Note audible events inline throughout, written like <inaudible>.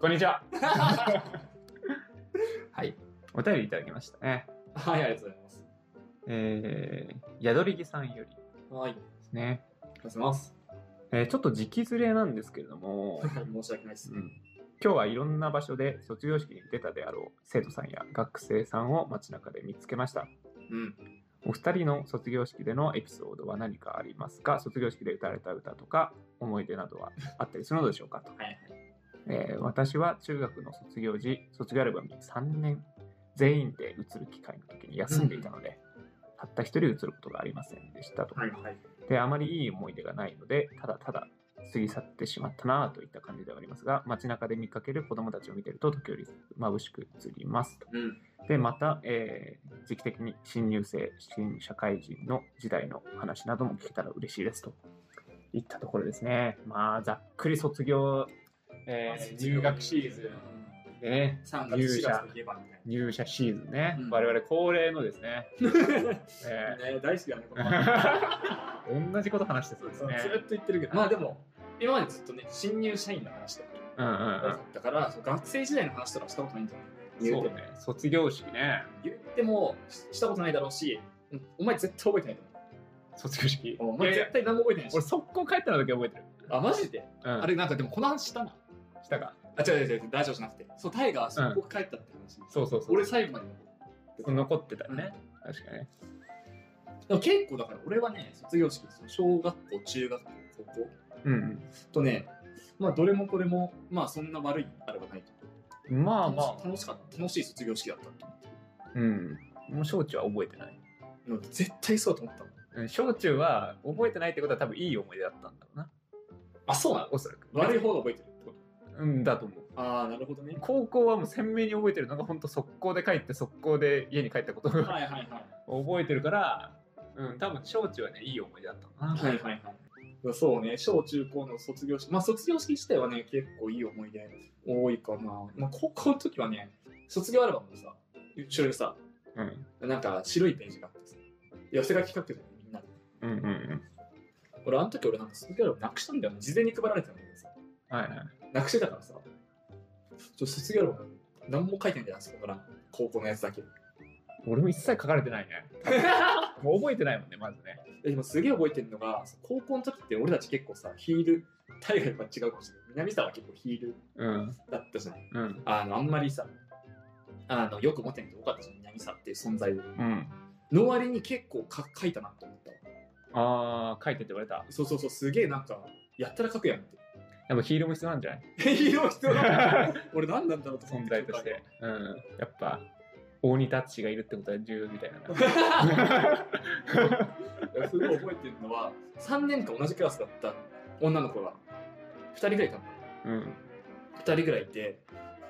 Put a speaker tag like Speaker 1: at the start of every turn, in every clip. Speaker 1: こんにちは。
Speaker 2: はい。お便りいただきましたね。
Speaker 1: はい、ありがとうございます。
Speaker 2: えー、宿りぎさんよりで
Speaker 1: はい、あり
Speaker 2: すね。
Speaker 1: がとうございます。
Speaker 2: えー、ちょっと時期ずれなんですけれども、
Speaker 1: 申し訳ないです。
Speaker 2: うん今日はいろんな場所で卒業式に出たであろう生徒さんや学生さんを街中で見つけました。
Speaker 1: うん。
Speaker 2: お二人の卒業式でのエピソードは何かありますか卒業式で歌われた歌とか思い出などはあったりするのでしょうかと、
Speaker 1: はい
Speaker 2: えー私は中学の卒業時卒業アルバムに3年全員で移る機会の時に休んでいたので、たった一人移ることがありませんでしたと、
Speaker 1: はいはい。
Speaker 2: であまりいい思い出がないのでただただ過ぎ去ってしまったなぁといった感じではありますが街中で見かける子どもたちを見てると時折眩しく映りますと
Speaker 1: うん。
Speaker 2: で、また、えー時期的に新入生、新社会人の時代の話なども聞けたら嬉しいですといったところですね。まあ、ざっくり卒業、えー入学シーズンでね、
Speaker 1: ン。3月
Speaker 2: 入
Speaker 1: 4
Speaker 2: 社
Speaker 1: 月といえばみたい
Speaker 2: 入社シーズンね、
Speaker 1: うん
Speaker 2: 我々恒例ので
Speaker 1: <laughs>
Speaker 2: すね、
Speaker 1: な。
Speaker 2: え
Speaker 1: ね、大好きだね、この
Speaker 2: ー同じこと話してそうです
Speaker 1: <laughs> そう
Speaker 2: ね
Speaker 1: ず。っと言ってるけど、まあでも、今までずっとね、新入社員の話とか
Speaker 2: うんうんう
Speaker 1: だ
Speaker 2: ん
Speaker 1: ったから、そう学生時代の話とかしたことないんじゃない言う
Speaker 2: そ
Speaker 1: て
Speaker 2: う
Speaker 1: も、
Speaker 2: ね、卒業式ね、
Speaker 1: 言ってもししたことないだろうし、うんお前絶対覚えてないと
Speaker 2: 卒業式。
Speaker 1: 思う。お
Speaker 2: い
Speaker 1: 前
Speaker 2: やいや
Speaker 1: 絶対何も覚えてないし
Speaker 2: 俺、。速攻帰ったのだけ覚えてる。
Speaker 1: あ、マジで
Speaker 2: うん、
Speaker 3: あれなんかでもこの話したな。
Speaker 2: したか。
Speaker 1: あ、違う違う違う、大丈夫じゃなくて。そう、タイガー、そこ帰ったって話。
Speaker 2: そうそうそう。
Speaker 1: 俺、最後まで残ってた
Speaker 2: 残ってたね。確かにね。
Speaker 1: でも結構だから俺はね、卒業式、その小学校、中学校、高校
Speaker 2: うんうん。
Speaker 1: とね、まあどれもこれも、まあそんな悪いあれはないと。
Speaker 2: まあまあ、
Speaker 1: 楽しかった、楽しい卒業式だったと思って。
Speaker 2: うん。もう小中は覚えてない。
Speaker 1: でも絶対そうだと思ったもん。
Speaker 2: うん小中は覚えてないってことは多分いい思い出だったんだろうな。
Speaker 1: あ、そうなの
Speaker 2: おそらく。
Speaker 1: 悪い方が覚えてるってこと
Speaker 2: うんだと思う。
Speaker 1: ああ、なるほど
Speaker 2: <laughs>
Speaker 1: ね。
Speaker 2: 高校はもう鮮明に覚えてるのが本当速攻で帰って速攻で家に帰ったことが
Speaker 1: はいはいはい。
Speaker 2: 覚えてるから、うん、多分小中はね、いい思い出だったんだな。
Speaker 1: はいはいはい。そうね、小中高の卒業式、まあ卒業式自体はね、結構いい思い出多いかな。まあ高校の時はね、卒業アルバムのさ、後ろにさ、
Speaker 2: うん。
Speaker 1: なんか白いページがあってさ、寄せ書き書くじゃん、みんなで。
Speaker 2: うんうんうん。
Speaker 1: 俺、あの時俺なんか卒業アルバムなくしたんだよね。事前に配られてたんだけどさ、
Speaker 2: はいはい。
Speaker 1: なくしてたからさ、ちょっと卒業アルバム何も書いてないんだよ、あそこから、高校のやつだけ。
Speaker 2: 俺も一切書かれて <laughs> ないね。もう覚えてないもんね、まずね。
Speaker 1: で今すげえ覚えてるのが、高校の時って俺たち結構さ、ヒール、大概は違うかもしれない。南沢は結構ヒール
Speaker 2: うん。
Speaker 1: だったじゃん。
Speaker 2: うん。
Speaker 1: あの、あんまりさ、あの、よく持ってない人多かったじゃん、南さっていう存在を。
Speaker 2: うん。
Speaker 1: の割に結構か書いたなと思ったわ。
Speaker 2: ああ、書いてって言われた。
Speaker 1: そうそうそう、すげえなんか、やったら書くやん <laughs> って。
Speaker 2: でもヒールも必要なんじゃない
Speaker 1: いろ必要だな。俺何なんだろうと思っ
Speaker 2: 存在として。うん。やっぱ、大仁タッチがいるってことは重要み <laughs> たいな。
Speaker 1: いやすごい覚えてるのは、3年間同じクラスだった女の子が、2人ぐらいかな。
Speaker 2: うん。 <laughs>
Speaker 1: 2人ぐらいいて、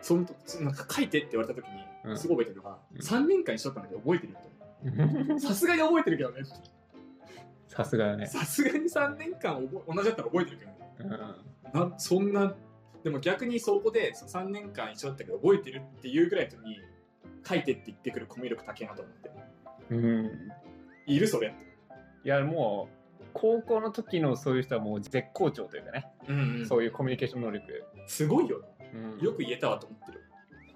Speaker 1: そのとそなんか書いてって言われた時
Speaker 2: う
Speaker 1: に、
Speaker 2: ん
Speaker 1: すごい覚えてるのが、
Speaker 2: うん
Speaker 1: 3年間一緒だったんだけど覚えてるよと。さすがに覚えてるけどね。
Speaker 2: さすがだね。
Speaker 1: さすがに3年間覚え同じだったら覚えてるけどね。
Speaker 2: うん。
Speaker 1: なそんなでも逆にそこでそ3年間一緒だったけど覚えてるっていうぐらいの時に書いてって言ってくるコミュ力高いなと思って
Speaker 2: うん。
Speaker 1: いるそれって、
Speaker 2: いや、もう、高校の時のそういう人はもう絶好調というかね、
Speaker 1: うん
Speaker 2: そういうコミュニケーション能力。
Speaker 1: すごいよ
Speaker 2: うん
Speaker 1: よく言えたわと思ってる、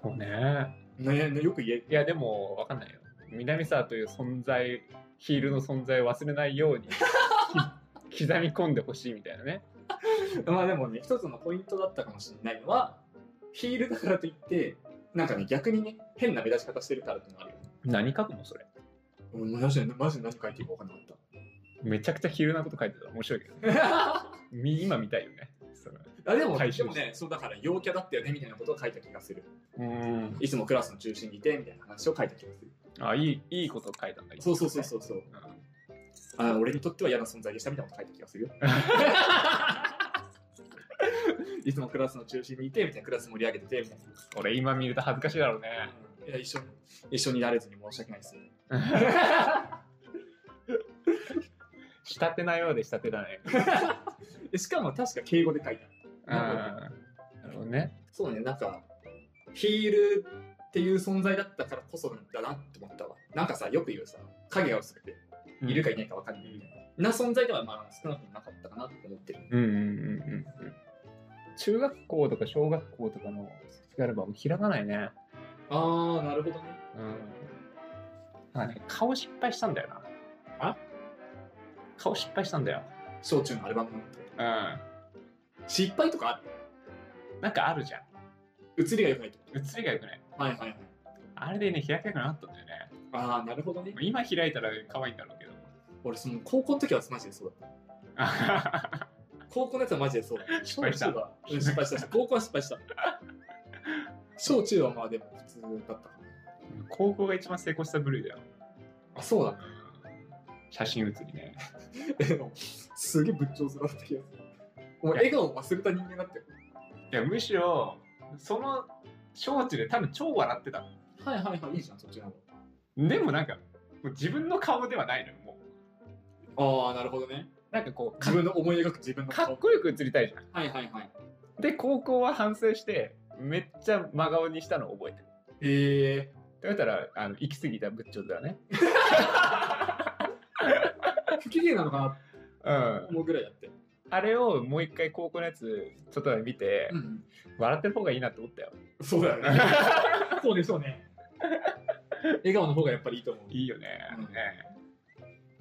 Speaker 2: そうね。
Speaker 1: ねねよく言え
Speaker 2: いや、でも、わかんないよ。南沢という存在、ヒールの存在を忘れないよう <laughs> に、き刻み込んでほしいみたいなね。
Speaker 1: まあでもね一つのポイントだったかもしれないのはヒールだからといってなんかね逆にね変な目立ち方してるからってのがあるよ
Speaker 2: 何書くのそれ。
Speaker 1: 俺マジでマジで何書いていいか分かんなかっ
Speaker 2: めちゃくちゃヒールなこと書いてたら面白いけど、
Speaker 1: た
Speaker 2: み今見たいよね。それ
Speaker 1: <laughs> あでも
Speaker 2: 回収
Speaker 1: でもねそうだから陽キャだったよねみたいなことを書いた気がする
Speaker 2: うん。
Speaker 1: いつもクラスの中心にいてみたいな話を書いた気がする
Speaker 2: あ、いい、いいことを書いたんだ。
Speaker 1: そうそうそうそうそう
Speaker 2: うん。
Speaker 1: あ俺にとっては嫌な存在でしたみたいなこと書いた気がす <laughs> るよ。いつもクラスの中心にいてみたいなクラス盛り上げててみたい
Speaker 2: 俺今見ると恥ずかしいだろう <laughs> ね。
Speaker 1: な。いや一緒に一緒になれずに申し訳 <laughs> ないですよ。
Speaker 2: 仕立てなようで仕立てだね。
Speaker 1: でしかも確か敬語で書いた。な
Speaker 2: なるほどね。
Speaker 1: そうね、なんかヒールっていう存在だったからこそなんだなって思ったわ。なんかさ、よく言うさ、影が薄くて、いるかいないかわかんないみたいな。な存在ではまあ少なくなかったかなって思ってる。
Speaker 2: うんうんうんうんうん。中学校とか小学校とかの卒業アルバム開かないね。
Speaker 1: ああ、なるほどね。
Speaker 2: うん。なんかね、顔失敗したんだよな。あ顔失敗したんだよ。
Speaker 1: 小中のアルバムの
Speaker 2: うん。な
Speaker 1: 失敗とかある
Speaker 2: んかあるじゃん。
Speaker 1: 写りが良くないとか。
Speaker 2: 写りが良くない。
Speaker 1: はいはいはい。
Speaker 2: あれでね、開きたくなかったんだよね。
Speaker 1: ああ、なるほどね。
Speaker 2: 今開いたら可愛いんだろうけど。
Speaker 1: 俺、その高校の時はマジでそうだっ
Speaker 2: あははは
Speaker 1: た。高校のやつはマジでそうだった。
Speaker 2: 失敗した
Speaker 1: 小中はうん失敗した。高校は失敗した。小中はまあでも普通だったかな。
Speaker 2: 高校が一番成功した部類だよ。
Speaker 1: あ、そうだ。
Speaker 2: 写真写りね。
Speaker 1: でもすげえ仏頂面だった気がする。お前、笑顔を忘れた人間だったよ。
Speaker 2: いや、むしろ、その小中で多分超笑ってた。
Speaker 1: はいはいはい、いいじゃん、そっちの方
Speaker 2: でもなんか、もう自分の顔ではないのよ、もう。
Speaker 1: が。ああ、なるほどね。
Speaker 2: なんかこう、か
Speaker 1: 自分の思い描く自分の
Speaker 2: か
Speaker 1: 顔
Speaker 2: っ。こよく写りたいじゃ
Speaker 1: はいはいはい。
Speaker 2: ん。で、高校は反省して、めっちゃ真顔にしたのを覚えてる。
Speaker 1: へえ
Speaker 2: だったら、あの行き過ぎた仏頂だね。
Speaker 1: 不機嫌なのかな
Speaker 2: うん
Speaker 1: と。思うぐらいだって。
Speaker 2: あれをもう一回高校のやつ、ちょっと見て、
Speaker 1: うん。
Speaker 2: 笑ってる方がいいなと思ったよ。
Speaker 1: そうだよね。 <laughs> そうね、そうね。笑顔の方がやっぱりいいと思う。
Speaker 2: いいよね。
Speaker 1: うん
Speaker 2: ね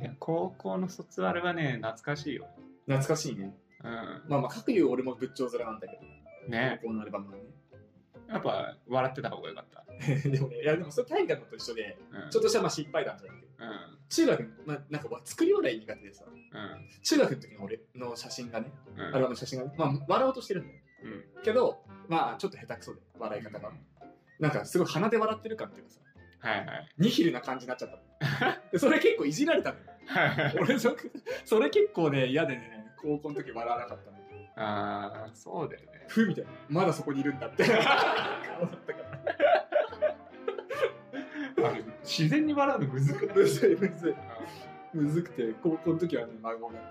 Speaker 2: いや高校の卒アルはね、懐かしいよ。
Speaker 1: 懐かしいね。
Speaker 2: う
Speaker 1: まあまあ、各言う俺も仏頂面なんだけど、
Speaker 2: ん。ね。
Speaker 1: 高校のアルバムは
Speaker 2: やっぱ、笑ってた方がよかった。
Speaker 1: ね。 <laughs> でもね、いやでもそれ大河のと一緒で、
Speaker 2: うん。
Speaker 1: ちょっとしたまあ失敗談じゃなくて、
Speaker 2: うん。
Speaker 1: 中学、まあ、なんか作り笑い苦手でさ、
Speaker 2: うん。
Speaker 1: 中学の時の俺の写真がね、
Speaker 2: うん。
Speaker 1: アルバムの写真がね、まあ笑おうとしてるんだよ。
Speaker 2: うん。
Speaker 1: けど、まあちょっと下手くそで、笑い方が。なんかすごい鼻で笑ってる感っていうかさ、
Speaker 2: はいはい。
Speaker 1: ニヒルな感じになっちゃったの。 <laughs> でそれ結構いじられたのよ。俺そ、それ結構ね、嫌でね、高校の時笑わなかったの。
Speaker 2: <laughs> ああ、そうだよね。
Speaker 1: ふみたいな、まだそこにいるんだって。顔だったから。
Speaker 2: あれ自然に笑うのむずくない
Speaker 1: むずいむずい。むずくて、高校の時はね、孫だっ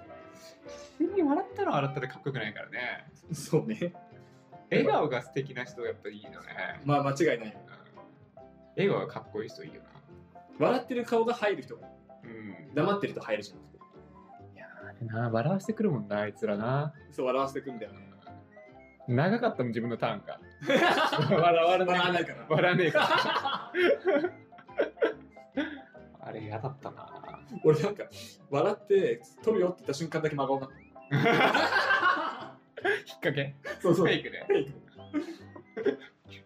Speaker 2: 自然に笑ったら笑ったでかっこよくないからね。
Speaker 1: た。そうね。
Speaker 2: 笑顔が素敵な人がやっぱりいいよね。
Speaker 1: まあ間違いない。
Speaker 2: うん笑顔がかっこいい人いいよ
Speaker 1: 笑ってる顔が入る人が、
Speaker 2: な。うん。
Speaker 1: 黙ってると入るじゃん。
Speaker 2: いやあれな、笑わせてくるもんな、あいつらな。
Speaker 1: そう、笑わせてくんだよね。
Speaker 2: 長かったもん、自分のターンが。笑われ
Speaker 1: 笑わ
Speaker 2: ない。
Speaker 1: ないから。
Speaker 2: 笑わねえから。 <laughs> あれ嫌だったな。
Speaker 1: 俺なんか、笑って、撮るよって言った瞬間だけ真顔になった。
Speaker 2: 引っ掛け
Speaker 1: そう
Speaker 2: フ
Speaker 1: そう。
Speaker 2: ェイクね。 <laughs>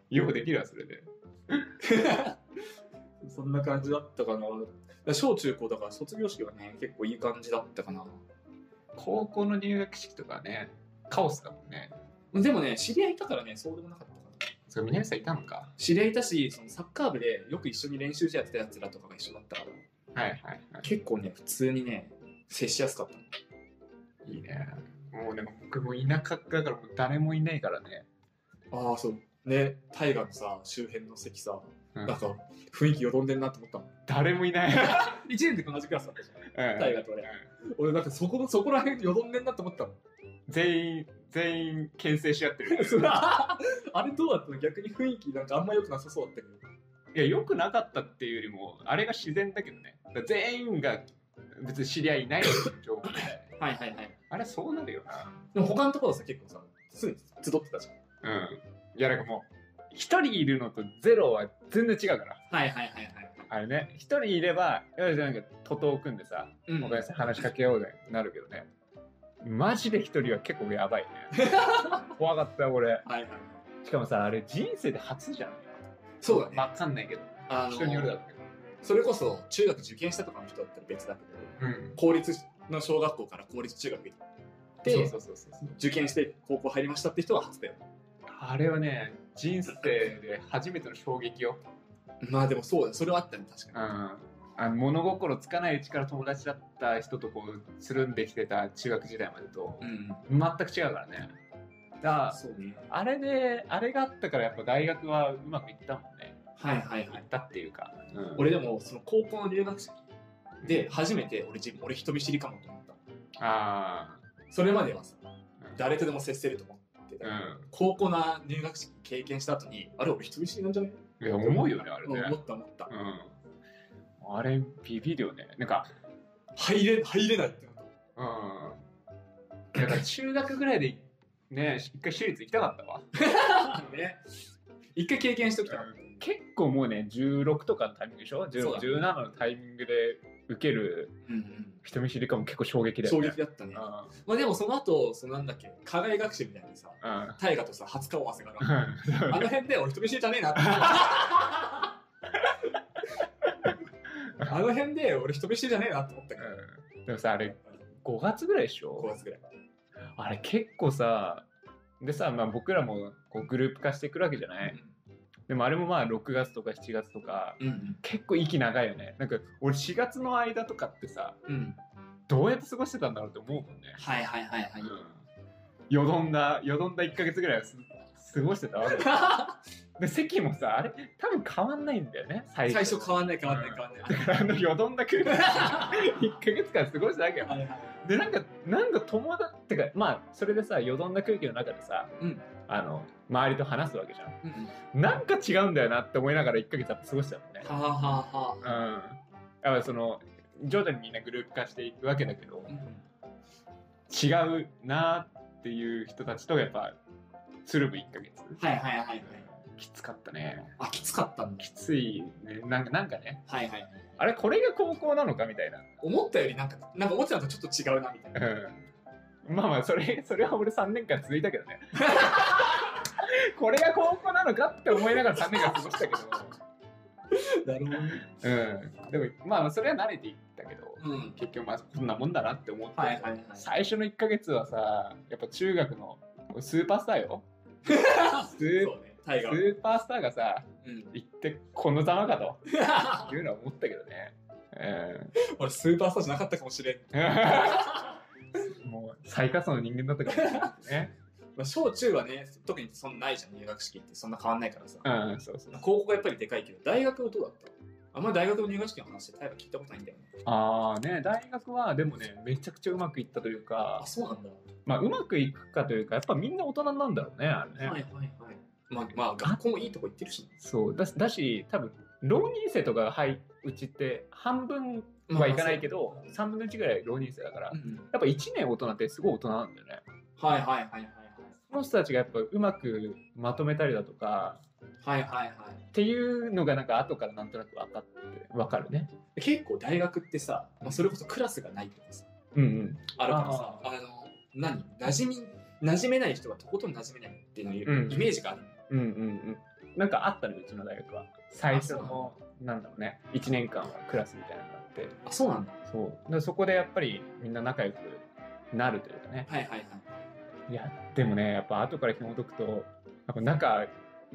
Speaker 2: よくできるわ、それで。
Speaker 1: そんな感じだったかな。だから小中高だから卒業式はね、結構いい感じだったかな。
Speaker 2: 高校の入学式とかね、カオスだもんね。
Speaker 1: でもね、知り合いいたからね、そうでもなかったかな。
Speaker 2: それ、皆さんいたのか。
Speaker 1: 知り合いいたし、そのサッカー部でよく一緒に練習試合やってたやつらとかが一緒だったから、
Speaker 2: はいはいは
Speaker 1: 結構ね、普通にね、接しやすかった。
Speaker 2: い。いいね。もうね、僕も田舎だからもう誰もいないからね。
Speaker 1: ああ、そう。ね、大河のさ、周辺の席さ、
Speaker 2: うん
Speaker 1: なんか雰囲気よどんでんなと思ったの。
Speaker 2: 誰もいない。
Speaker 1: 1年で同じクラスだったじゃん。大河と俺
Speaker 2: うん。
Speaker 1: 俺なんかそこの、そこら辺よどんでんなと思ったの。
Speaker 2: <laughs>
Speaker 1: <laughs>
Speaker 2: 全員、全員、牽制し合ってる。
Speaker 1: あれどうだったの逆に雰囲気なんかあんま良くなさそうだったけど。
Speaker 2: いや、良くなかったっていうよりも、あれが自然だけどね。だから全員が別に知り合いない状況で。 <laughs>
Speaker 1: はいはいはい。
Speaker 2: あれ、そうなるよな。
Speaker 1: でも他のところさ、結構さ、すぐ集ってたじゃ
Speaker 2: うん。いや、なんかもう、一人いるのとゼロは全然違うから。
Speaker 1: ん。はいはいはいはい。
Speaker 2: あれね、一人いれば、よし、なんか、徒党組んでさ、
Speaker 1: うん
Speaker 2: おかさん話しかけようぜ、なるけどね。マジで一人は結構やばい
Speaker 1: <laughs>
Speaker 2: ね。怖かったよ、俺。
Speaker 1: はいはい。
Speaker 2: しかもさ、あれ人生で初じゃん。
Speaker 1: そうだね。
Speaker 2: わかんないけど。
Speaker 1: あの
Speaker 2: 人によるだろうけ
Speaker 1: それこそ中学受験したとかの人だったら別だけど、
Speaker 2: ど。うん。
Speaker 1: 公立の小学校から公立中学行って、
Speaker 2: そうそうそうそう。
Speaker 1: 受験して高校入りましたって人は初だよ。
Speaker 2: あれはね、人生で初めての衝撃を。
Speaker 1: まあでもそうだよ。それはあったね、確
Speaker 2: うん。
Speaker 1: かに。
Speaker 2: あの物心つかないうちから友達だった人とこう、つるんできてた中学時代までと、
Speaker 1: うん。
Speaker 2: 全く違うからね。だから
Speaker 1: そうね。
Speaker 2: あれで、あれがあったからやっぱ大学はうまくいったもんね。
Speaker 1: はいはいはい
Speaker 2: い。ったっていうか。うん
Speaker 1: 俺でも、その高校の入学式で初めて俺自分、俺人見知りかもと思った。
Speaker 2: あ
Speaker 1: それまではさ、
Speaker 2: うん
Speaker 1: 誰とでも接せると思ってたけど、
Speaker 2: あ、
Speaker 1: 高校の入学式経験した後に、あれ俺人見知りなんじゃない
Speaker 2: うん。いや、重いよね、あれ
Speaker 1: うん思
Speaker 2: ね。
Speaker 1: った思った。
Speaker 2: うん。あれ、ビビるよね。なんか、
Speaker 1: 入れ、入れないってなった。
Speaker 2: うん。なんか中学ぐらいで、ねえ、一回私立行きたかったわ。 <laughs>
Speaker 1: ね。一回経験しておきたい。
Speaker 2: 結構もうね、16とかのタイミングでしょ
Speaker 1: そうだ
Speaker 2: ?17 のタイミングで受ける
Speaker 1: うん
Speaker 2: 人見知りかも結構衝撃
Speaker 1: うん。衝
Speaker 2: だよね。
Speaker 1: 撃だったね。
Speaker 2: あ
Speaker 1: まあでもその後、そのなんだっけ、課外学習みたいにさ、
Speaker 2: あ
Speaker 1: 大河とさ、初顔合わせから、
Speaker 2: う
Speaker 1: あ
Speaker 2: ん
Speaker 1: の辺で俺人見知りじゃねえなって。あの辺で俺人見知りじゃねえなって思ったから、
Speaker 2: うんでもさ、あれ5月ぐらいでし
Speaker 1: 5
Speaker 2: ょ
Speaker 1: 月ぐらい。
Speaker 2: あれ結構さ、でさ、まあ、僕らもこうグループ化していくわけじゃないでもあれもまあ6月とか7月とか
Speaker 1: うん
Speaker 2: 結構息長いよね。なんか俺4月の間とかってさ、
Speaker 1: うん。うん。
Speaker 2: どうやって過ごしてたんだろうって思うもんね。
Speaker 1: はいはいはいはい。
Speaker 2: よどんだ、よどんだ1ヶ月ぐらいはす過ごしてたわけ
Speaker 1: <laughs>
Speaker 2: だで、席もさ、あれ、多分変わんないんだよね、最
Speaker 1: 最初変わんない変わんない変わんない。
Speaker 2: <laughs> あの、よどんだ空間、1ヶ月間過ごしてたわけよ。
Speaker 1: はいはい
Speaker 2: で、なんか、なんか友達ってか、まあ、それでさ、よどんだ空気の中でさ、
Speaker 1: うん
Speaker 2: あの、周りと話すわけじゃ
Speaker 1: うんうん
Speaker 2: ん。なんか違うんだよなって思いながら1ヶ月やっぱ過ごしてたもんね。
Speaker 1: はあはあは
Speaker 2: うん。やっぱその、徐々にみんなグループ化していくわけだけど、
Speaker 1: あ。うん
Speaker 2: 違うなっていう人たちとやっぱ鶴瓶1ヶ月
Speaker 1: はいはいはいはい。
Speaker 2: きつかったね
Speaker 1: あ、きつかったんだ。
Speaker 2: きついねなんかなんかね
Speaker 1: はいはいはい。
Speaker 2: あれこれが高校なのかみたいな、
Speaker 1: 思ったよりなんか、なんか思ってたのとちょっと違うなみたいな。
Speaker 2: うん、まあまあそれそれは俺3年間続いたけ
Speaker 1: <laughs>
Speaker 2: どねこれが高校なのかって思いながら3年間過ごしたけど
Speaker 1: なるほどね。
Speaker 2: うんでもまあそれは慣れていったけど
Speaker 1: うん。
Speaker 2: 結局まあこんなもんだなって思って、
Speaker 1: はいはいはい。
Speaker 2: 最初の1ヶ月はさやっぱ中学のスーパースターよスー
Speaker 1: そうね、タイ
Speaker 2: ス
Speaker 1: ガー。
Speaker 2: ーパースターがさ、
Speaker 1: うん。
Speaker 2: 行ってこのざまかというのは思ったけどね。
Speaker 1: 俺、スーパースターじゃなかったかもしれん。
Speaker 2: うん、 <laughs> もう最下層の人間だったから
Speaker 1: <laughs>
Speaker 2: ね。
Speaker 1: まあ、小中はね、特にそんなないじゃん、入学式って。そんな変わんないからさ。
Speaker 2: うん、そうそう。
Speaker 1: 高校がやっぱりでかいけど、大学はどうだったあんまり大学の入学式の話でタイガー聞いたことないんだよね。
Speaker 2: ああね、大学はでもね、めちゃくちゃうまくいったというか
Speaker 1: あ、、そうなんだ。
Speaker 2: まあうまくいくかというか、やっぱみんな大人なんだろうね、あれね。
Speaker 1: はいはいはい。まあ、まあ、学校もいいとこ行ってるし。
Speaker 2: そうだし、だし、多分浪人生とかが入るうちって半分はいかないけ
Speaker 1: ど。
Speaker 2: ど、3分の1ぐらい浪人生だから、
Speaker 1: う
Speaker 2: や
Speaker 1: ん
Speaker 2: っぱ1年大人ってすごい大人なんだよね。
Speaker 1: はいはいはいはいはい。
Speaker 2: その人たちがやっぱうまくまとめたりだとか
Speaker 1: はいはいはい。
Speaker 2: っていうのがなんか後からなんとなく分かって分かるね。
Speaker 1: 結構大学ってさ、まあ、それこそクラスがないとかさ、
Speaker 2: うんうん。
Speaker 1: あるからさ、あの、何馴染み、馴染めない人がとことん馴染めないっていう
Speaker 2: うん
Speaker 1: イメージがある。
Speaker 2: うんうんうん。なんかあったのうちの大学は。最初
Speaker 1: あそ
Speaker 2: のなんだろうね1年間はクラスみたいなのがあって
Speaker 1: あ、そうなんだ。
Speaker 2: そうだからそこでやっぱりみんな仲良くなるというかね。
Speaker 1: はいはいはい。
Speaker 2: いやでもねやっぱ後から紐解くとやっぱ仲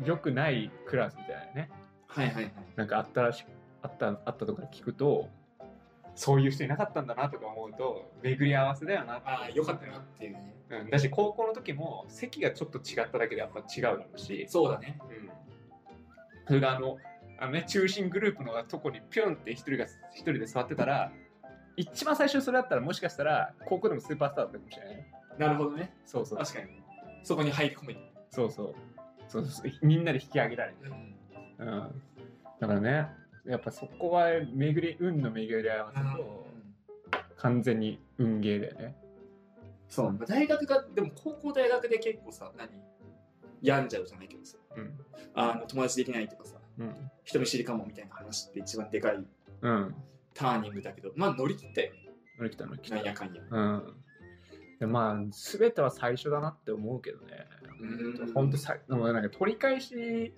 Speaker 2: 良くないクラスみたいなね
Speaker 1: はいはいはい。
Speaker 2: なんかあったらしあったあったとか聞くとそういう人いなかったんだなとか思うと巡り合わせだよな
Speaker 1: ああ、よかったなっていうね。
Speaker 2: うん、だし高校の時も席がちょっと違っただけでやっぱ違うだろうし、
Speaker 1: そうだね。
Speaker 2: うん、それがあのあの、ね、中心グループのとこにピョンって一人が一人で座ってたら一番最初にそれだったらもしかしたら高校でもスーパースターだったかもしれない
Speaker 1: なるほどね。
Speaker 2: そうそう
Speaker 1: 確かに。そこに入り込める。
Speaker 2: そうそうそうそうみんなで引き上げられて、
Speaker 1: うん。
Speaker 2: うん、だからねやっぱそこは巡り運の巡り合わせと完全に運ゲーだよね
Speaker 1: そうなんだ。大学が、でも高校大学で結構さ、何病んじゃうじゃないけどさ、
Speaker 2: うん
Speaker 1: あの友達できないとかさ、
Speaker 2: うん
Speaker 1: 人見知りかもみたいな話って一番でかい
Speaker 2: うん
Speaker 1: ターニングだけど、まあ乗り切ったよね。
Speaker 2: 乗り切った乗り切
Speaker 1: なん
Speaker 2: っ
Speaker 1: や
Speaker 2: た
Speaker 1: かんや。
Speaker 2: うん。でまあ、すべては最初だなって思うけどね
Speaker 1: うん。
Speaker 2: 本当さ、でもなんか取り返し、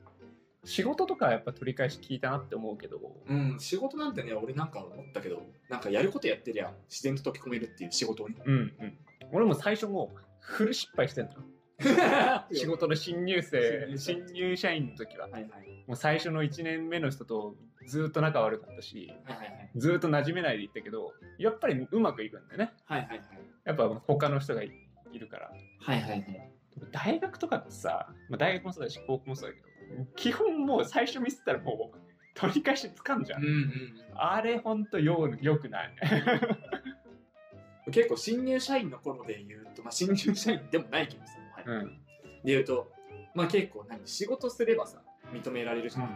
Speaker 2: 仕事とかはやっぱ取り返し聞いたなって思うけど、
Speaker 1: うん、仕事なんてね、俺なんか思ったけど、なんかやることやってりゃ自然と溶け込めるっていう仕事を <laughs> ね。
Speaker 2: うんうん。俺も最初もう、フル失敗してんの。仕事の新入生、
Speaker 1: 新入
Speaker 2: 新入社員の時は、
Speaker 1: はいはい
Speaker 2: もう最初の1年目の人とずっと仲悪かったし、
Speaker 1: はいはい
Speaker 2: ずっと馴染めないでいったけど、やっぱりうまくいくんだよね。
Speaker 1: はいはい
Speaker 2: やっぱ他の人がいいるから。
Speaker 1: はいはいはいはい
Speaker 2: 大学とかってさ、まあ、大学もそうだし高校もそうだけど基本もう最初ミスったらもう取り返しつかんじゃん、
Speaker 1: うんうん
Speaker 2: あれほんとようよくない
Speaker 1: うん結構新入社員の頃で言うと、まあ、新入社員でもないけどさ、はい
Speaker 2: うん
Speaker 1: で言うと、まあ、結構何仕事すればさ認められるじゃん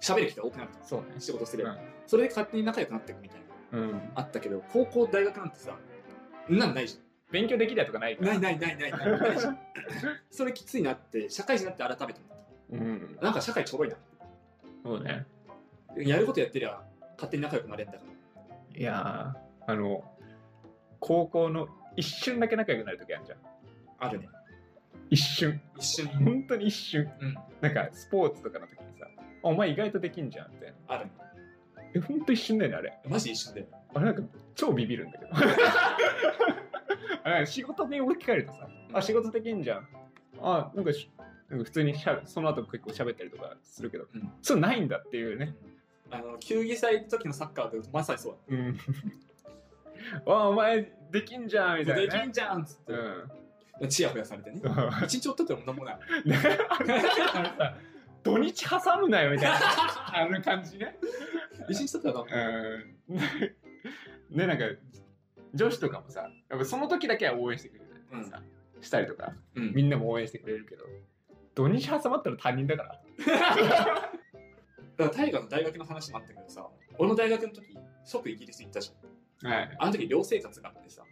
Speaker 1: 喋る機会多くなるじ
Speaker 2: そうね
Speaker 1: ゃん仕事すれば、
Speaker 2: うん
Speaker 1: それで勝手に仲良くなっていくみたいな
Speaker 2: うん
Speaker 1: あったけど高校大学なんてさそんなんないじゃん
Speaker 2: 勉強できないとかないから。
Speaker 1: ないないないないない
Speaker 2: <laughs>
Speaker 1: ない。それきついなって、社会人になって改めて思っ
Speaker 2: うん
Speaker 1: た。。なんか社会ちょろいな。
Speaker 2: そうね。
Speaker 1: やることやってりゃ、勝手に仲良くなれんだか
Speaker 2: いやーあの、高校の一瞬だけ仲良くなるときあるじゃん。
Speaker 1: ら。あるね。
Speaker 2: 一瞬。
Speaker 1: 一瞬
Speaker 2: 本当に一瞬。
Speaker 1: うん。
Speaker 2: なんか、スポーツとかの時にさ、あお前意外とできんじゃんみたいな。
Speaker 1: あるね。
Speaker 2: え、ほんと一瞬だよね、あれ。
Speaker 1: マジ一瞬で。
Speaker 2: あれなんか超ビビるんだけど <laughs> あれ仕事に置き換えるとさ「あ仕事できんじゃん」あなんかしなんか普通にしゃその後結構喋ったりとかするけど、
Speaker 1: うん
Speaker 2: そうないんだっていうね、
Speaker 1: あの、球技祭の時のサッカーでまさにそう
Speaker 2: うん <laughs> あお前できんじゃんみ
Speaker 1: だ。
Speaker 2: た
Speaker 1: で
Speaker 2: い
Speaker 1: き
Speaker 2: な、ね
Speaker 1: んじゃんっつ
Speaker 2: う
Speaker 1: っ
Speaker 2: ん、
Speaker 1: て、チヤホヤされてね。一日おったってもなんもない。
Speaker 2: ねあれさ <laughs> 土日挟むなよみたいな <laughs> あの感じね
Speaker 1: <laughs> 一日おったらなん
Speaker 2: <laughs>
Speaker 1: もない
Speaker 2: うんねねなんか女子とかもさやっぱその時だけは応援してくれるじゃないですかしたりとか
Speaker 1: うん
Speaker 2: <laughs> みんなも応援してくれるけど土日挟まったら他人だから
Speaker 1: だから大河の大学の話もあったけどさ俺の大学の時即イギリス行ったじゃん
Speaker 2: はい
Speaker 1: あの時寮生活があってさ
Speaker 2: はい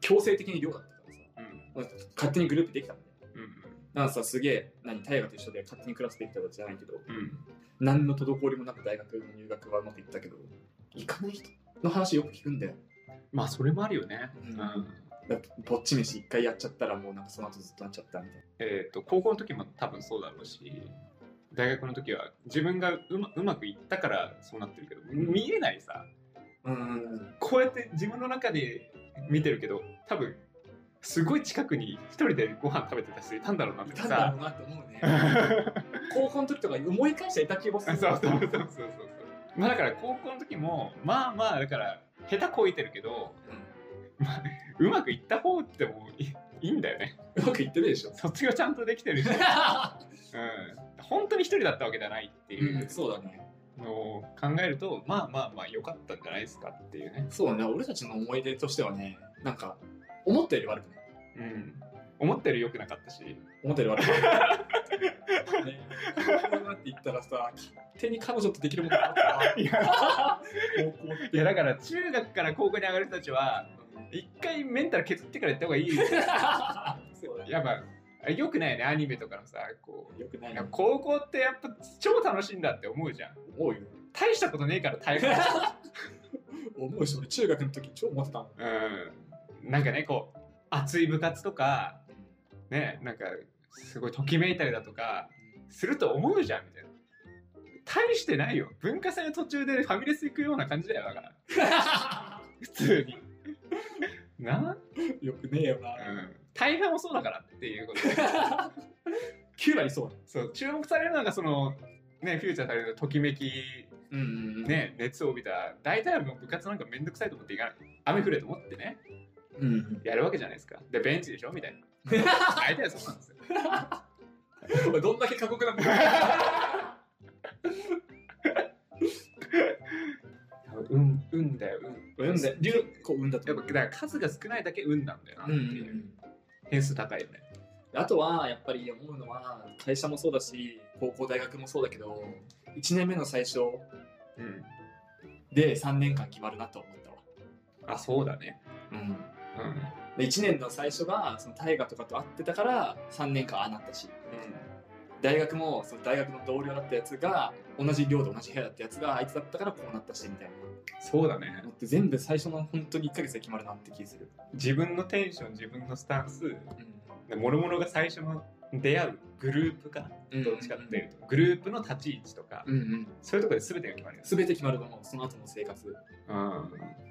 Speaker 1: 強制的に寮だったからさ
Speaker 2: うん
Speaker 1: 勝手にグループできたんだよ
Speaker 2: うん
Speaker 1: なんかさすげえ何大河と一緒で勝手にクラスできたわけじゃないけど
Speaker 2: うん
Speaker 1: 何の滞りもなく大学の入学はうまくいったけど行かない人の話よく聞くんだよ
Speaker 2: まあそれもあるよね
Speaker 1: うんだってぼっち飯一回やっちゃったらもうなんかその後ずっとなっちゃったみたい
Speaker 2: えっ、と高校の時も多分そうだろうし大学の時は自分がうまうまくいったからそうなってるけど見えないさ
Speaker 1: なうん
Speaker 2: こうやって自分の中で見てるけど多分すごい近くに一人でご飯食べてた人いたんだろうなと
Speaker 1: いたん
Speaker 2: か
Speaker 1: だ
Speaker 2: さ
Speaker 1: ろうなって思うね
Speaker 2: そ
Speaker 1: 高校の時とか思い返したらいた気もす
Speaker 2: う
Speaker 1: る
Speaker 2: <laughs> そうそうそうそうそうまあだから高校の時もまあまあだから下手こいてるけどうまくいった方ってもいいいんだよね。 <laughs>
Speaker 1: うんうまくいってるでしょ
Speaker 2: 卒業ちゃんとできて
Speaker 1: <laughs>
Speaker 2: るし、うん、本当に一人だったわけじゃないって
Speaker 1: う
Speaker 2: い
Speaker 1: ん
Speaker 2: う
Speaker 1: そうだね
Speaker 2: のを考えると、まあまあまあ良かったんじゃないですかっていうね。
Speaker 1: そうね、俺たちの思い出としてはね、なんか、思ったより悪くない。
Speaker 2: うん、思ったより良くなかったし、
Speaker 1: 思ったより悪くない。ね、こうなって言ったらさ、勝手に彼女とできるもんだ
Speaker 2: いや
Speaker 1: なって思った。高校
Speaker 2: いやだから中学から高校に上がる人たちは一回メンタル削ってからやった方がいい。
Speaker 1: そうだね
Speaker 2: やっぱ良くないよねアニメとかのさこ
Speaker 1: よくな
Speaker 2: う
Speaker 1: い
Speaker 2: なん
Speaker 1: な
Speaker 2: か。高校ってやっぱ超楽しいんだって思うじゃん。
Speaker 1: 思うよ。
Speaker 2: 大したことねえから大変。
Speaker 1: 思うし、俺中学の時超思ってたもん。
Speaker 2: うんなんかねこう熱い部活とかねなんかすごいときめいたりだとかすると思うじゃんみたいな大してないよ文化祭の途中でファミレス行くような感じだよだから普通に <laughs> な、
Speaker 1: よくねえよな
Speaker 2: う。ん、大半もそうだからっていうことで <laughs>
Speaker 1: 9割そうだ。
Speaker 2: そう注目されるのがそのねフューチャーされるときめき
Speaker 1: うんうんね。
Speaker 2: ね熱を帯びた大体はもう部活なんかめんどくさいと思っていかない雨降れと思ってね
Speaker 1: うん。
Speaker 2: やるわけじゃないですかでベンチでしょみたいな大体はそうなんですよ
Speaker 1: 俺どんだけ過酷なんだ
Speaker 2: 運運だよ運
Speaker 1: 産んで、
Speaker 2: りゅ
Speaker 1: こう産んだと
Speaker 2: やっ
Speaker 1: 思
Speaker 2: ぱ
Speaker 1: う。
Speaker 2: だから数が少ないだけ運なんだよなって
Speaker 1: うんうんう
Speaker 2: いう、
Speaker 1: ん。
Speaker 2: 変数高いよね
Speaker 1: あとはやっぱり思うのは会社もそうだし高校大学もそうだけど1年目の最初
Speaker 2: うん
Speaker 1: で3年間決まるなと思ったわ、
Speaker 2: あそうだね
Speaker 1: うん、
Speaker 2: うん、
Speaker 1: で1年の最初がその大河とかと会ってたから3年間ああなったし大学もその大学の同僚だったやつが同じ寮で同じ部屋だったやつがあいつだったからこうなったしみたい
Speaker 2: そうだね
Speaker 1: なのって全部最初の本当に1ヶ月で決まるなって気する、
Speaker 2: 自分のテンション自分のスタンス
Speaker 1: う
Speaker 2: で諸々が最初の出会うグループか
Speaker 1: ん
Speaker 2: どっちかっていうとグループの立ち位置とか、
Speaker 1: うんうん
Speaker 2: そういうところで全てが決まるよね
Speaker 1: 全て決まると思うその後の生活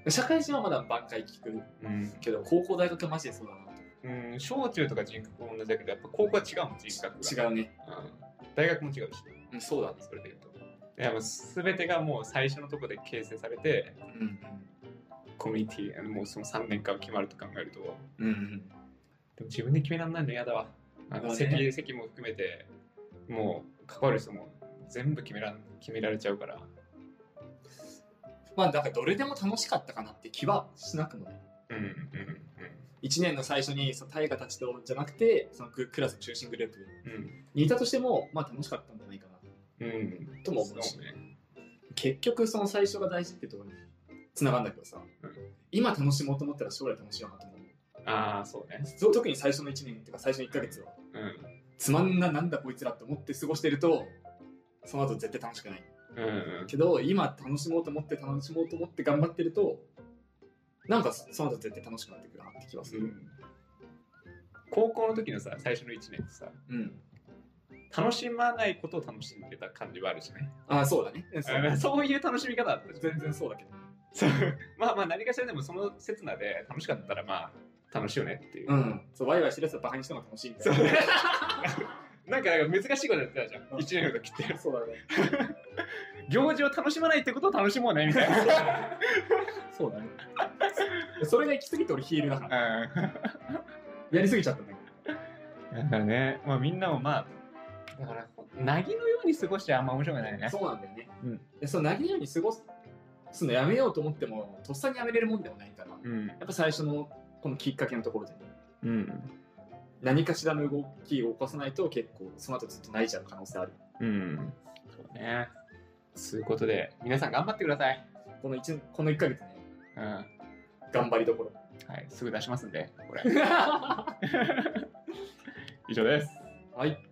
Speaker 1: 社会人はまだ挽回聞く
Speaker 2: うん、
Speaker 1: けど高校大学はマジでそうだなと
Speaker 2: うんうん、小中とか人格も同じだけどやっぱ高校は違うもん人格が
Speaker 1: 違うね
Speaker 2: う、ん、大学も違うし
Speaker 1: うん、そうだね。
Speaker 2: それで言うといやもう全てがもう最初のところで形成されて
Speaker 1: うん
Speaker 2: コミュニティあのもうその3年間決まると考えるとでも
Speaker 1: うん。うん
Speaker 2: 自分で決めらんないの嫌だわあの
Speaker 1: まあね
Speaker 2: 席,、席も含めてもう関わる人も全部決めらん決められちゃうから
Speaker 1: まあ、だからどれでも楽しかったかなって気はしなくもない。
Speaker 2: うんうんうん
Speaker 1: 1年の最初に、その大河たちとじゃなくて、そのグクラスの中心グループ
Speaker 2: うん
Speaker 1: にいたとしても、まあ楽しかったんじゃないかな。
Speaker 2: うんうん
Speaker 1: とも思うし
Speaker 2: そうね
Speaker 1: 結局、その最初が大事ってところに繋がるんだけどさ、
Speaker 2: うん
Speaker 1: 今楽しもうと思ったら将来楽しいよなと思う。
Speaker 2: ああ、そうね。
Speaker 1: そう特に最初の1年とか最初の1ヶ月は
Speaker 2: うん。
Speaker 1: つまんななんだこいつらって思って過ごしてるとその後絶対楽しくない
Speaker 2: うんうん。
Speaker 1: けど今楽しもうと思って楽しもうと思って頑張ってるとなんかその後絶対楽しくなってくるなって気がす
Speaker 2: う
Speaker 1: る
Speaker 2: ん高校の時のさ、最初の1年ってさ、
Speaker 1: うん、
Speaker 2: 楽しまないことを楽しんでた感じはあるしね。
Speaker 1: あそうだねそう
Speaker 2: うんそういう楽しみ方だったじゃん
Speaker 1: 全然そうだけど
Speaker 2: そうまあまあ何かしらでもその刹那で楽しかったらまあ楽しいよねっていう。
Speaker 1: うんそうワイワイしてるやつはバカにしても楽しいみた
Speaker 2: そう
Speaker 1: いな
Speaker 2: なんかなんか難しいことやってたじゃん。
Speaker 1: うん
Speaker 2: 1年の時って。
Speaker 1: そうだね
Speaker 2: 行事を楽しまないってことを楽しもうねみたいな。
Speaker 1: そうだねそれが行き過ぎて俺ヒールだから
Speaker 2: うん
Speaker 1: やりすぎちゃったんだけど
Speaker 2: だからね、まあみんなもまあ、だから、なぎのように過ごしてあんま面白くないね。
Speaker 1: そうなんだよね、
Speaker 2: うん
Speaker 1: でその投げるように過ごすのやめようと思ってもとっさにやめれるもんでもないからや
Speaker 2: うん。
Speaker 1: っぱ最初のこのきっかけのところでね
Speaker 2: うん。
Speaker 1: 何かしらの動きを起こさないと結構その後ずっと泣いちゃう可能性ある
Speaker 2: うん。そうね。そういうことで、皆さん頑張ってください。
Speaker 1: この 1, この1ヶ月ね
Speaker 2: うん。は
Speaker 1: 頑張りどころ
Speaker 2: い。すぐ出しますんで、これ。
Speaker 1: は
Speaker 2: 以上です。
Speaker 1: い